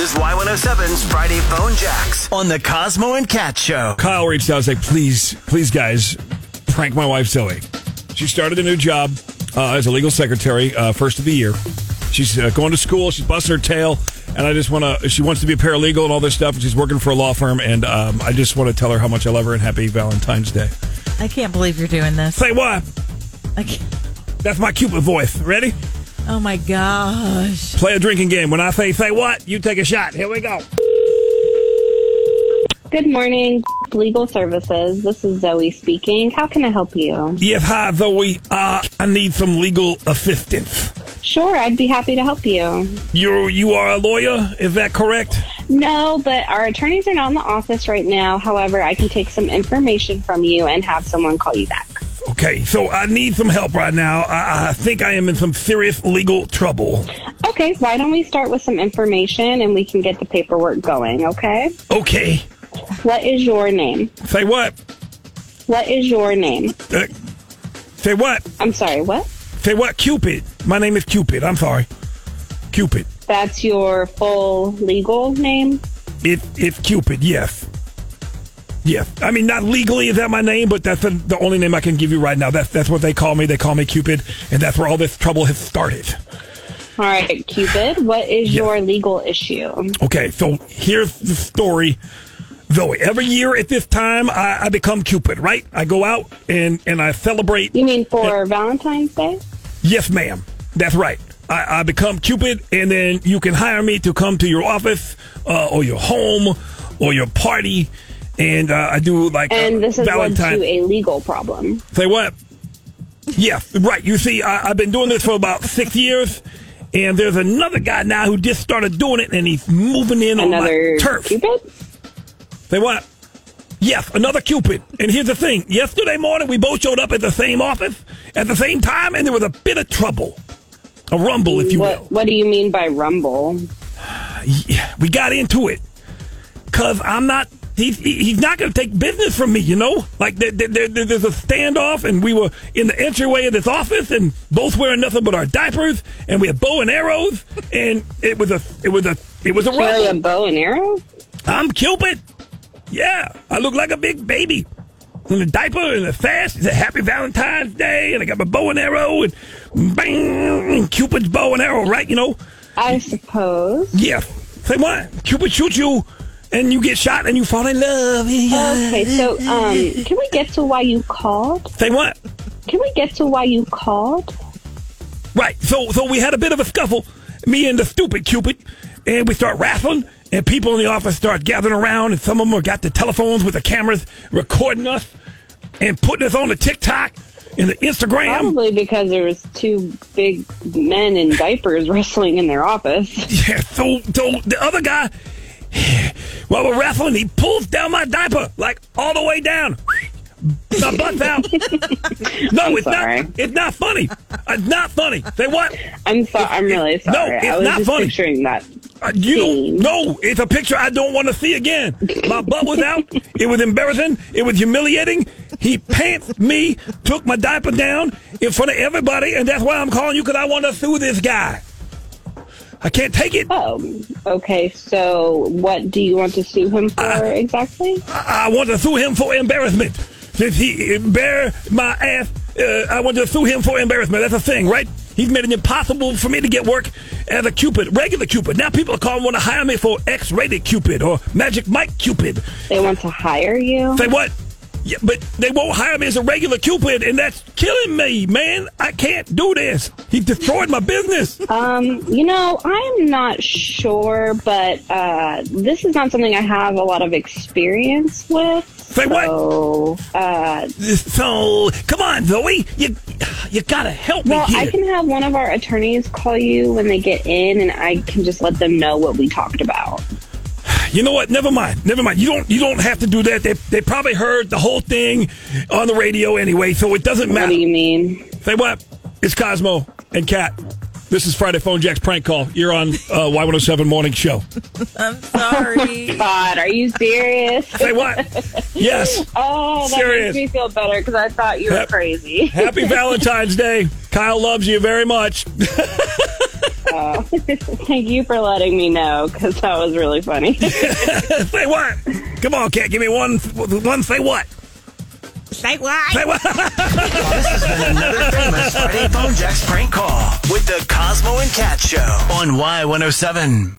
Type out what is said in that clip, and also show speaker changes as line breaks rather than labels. is Y107's Friday Phone Jacks on the Cosmo and Cat Show.
Kyle reached out and said, please, please, guys, prank my wife, Zoe. She started a new job uh, as a legal secretary, uh, first of the year. She's uh, going to school. She's busting her tail. And I just want to, she wants to be a paralegal and all this stuff. And she's working for a law firm. And um, I just want to tell her how much I love her and happy Valentine's Day.
I can't believe you're doing this.
Say what?
I can't-
That's my Cupid voice. Ready?
Oh my gosh.
Play a drinking game. When I say, say what, you take a shot. Here we go.
Good morning, Legal Services. This is Zoe speaking. How can I help you?
Yes, hi, Zoe. Uh, I need some legal assistance.
Sure, I'd be happy to help you.
You're, you are a lawyer. Is that correct?
No, but our attorneys are not in the office right now. However, I can take some information from you and have someone call you back.
Okay, so I need some help right now. I, I think I am in some serious legal trouble.
Okay, why don't we start with some information and we can get the paperwork going, okay?
Okay.
What is your name?
Say what?
What is your name?
Uh, say what?
I'm sorry, what?
Say what? Cupid. My name is Cupid. I'm sorry. Cupid.
That's your full legal name?
It, it's Cupid, yes. Yeah. I mean, not legally is that my name, but that's the, the only name I can give you right now. That's, that's what they call me. They call me Cupid, and that's where all this trouble has started.
All right, Cupid, what is
Yeah.
your legal issue?
Okay, so here's the story. Though every year at this time, I, I become Cupid, right? I go out and, and I celebrate
You mean for Valentine's Day?
Yes, ma'am. That's right. I, I become Cupid, and then you can hire me to come to your office uh, or your home or your party, and uh, I do like
And
uh,
this has led
Valentine.
to a legal problem.
Say what? Yeah, right. You see, I, I've been doing this for about six years, and there's another guy now who just started doing it, and he's moving in on
Another
Oh my turf.
Cupid?
Say what? Yes, another Cupid. And here's the thing. Yesterday morning, we both showed up at the same office at the same time, and there was a bit of trouble. A rumble, if you will.
What, what do you mean by rumble?
Yeah, we got into it because I'm not. He, he- he's not going to take business from me, you know. Like there, there, there- there's a standoff, and we were in the entryway of this office, and both wearing nothing but our diapers, and we had bow and arrows, and it was a, it was a, it was a
Carry a
rumble.
bow and arrow?
I'm Cupid. Yeah, I look like a big baby. In a diaper and a sash. It's a happy Valentine's Day, and I got my bow and arrow, and bang, Cupid's bow and arrow, right? You know.
I suppose.
Yeah. Say what? Cupid shoots you, and you get shot, and you fall in love.
Okay, so um, can we get to why you called?
Say what?
Can we get to why you called?
Right. So, so we had a bit of a scuffle, me and the stupid Cupid, and we start raffling, and people in the office start gathering around, and some of them have got the telephones with the cameras recording us and putting us on the TikTok and the Instagram.
Probably because there was two big men in diapers wrestling in their office.
Yeah, so, so the other guy, while we're raffling, he pulls down my diaper, like all the way down. My butt's out. No, it's
sorry.
not. It's not funny. It's not funny. Say what?
I'm sorry. I'm really
No,
sorry.
it's
I was
not
just
funny.
picturing that.
Uh, you don't.
Scene.
No, it's a picture I don't want to see again. My butt was out. It was embarrassing. It was humiliating. He pants me, took my diaper down in front of everybody, and that's why I'm calling you because I want to sue this guy. I can't take it.
Oh, okay. So, what do you want to sue him for
Uh,
exactly?
I I want to sue him for embarrassment. Since he bear my ass, uh, I want to sue him for embarrassment. That's a thing, right? He's made it impossible for me to get work as a Cupid, regular Cupid. Now people are calling, want to hire me for X-rated Cupid or Magic Mike Cupid.
They want to hire you.
Say what? Yeah, but they won't hire me as a regular Cupid, and that's killing me, man. I can't do this. He destroyed my business.
Um, you know, I'm not sure, but uh, this is not something I have a lot of experience with.
Say what?
so, Uh,
so come on, Zoe, you you gotta help
well,
me here.
I can have one of our attorneys call you when they get in, and I can just let them know what we talked about.
You know what? Never mind. Never mind. You don't. You don't have to do that. They they probably heard the whole thing on the radio anyway, so it doesn't
What
matter.
do you mean?
Say what? It's Cosmo and Kat. This is Friday Phone Jack's prank call. You're on uh, Y107 Morning Show.
I'm sorry.
God, are you serious?
Say what? yes.
Oh, that
Serious.
makes me feel better because I thought you were
Yep.
crazy.
Happy Valentine's Day. Kyle loves you very much.
Oh, thank you for letting me know because that was really funny.
Say what? Come on, cat. Give me one. One. Say what?
Say what?
Say what?
Another famous oh Friday Phone Jacks prank call with the Cosmo and Cat Show on Y107.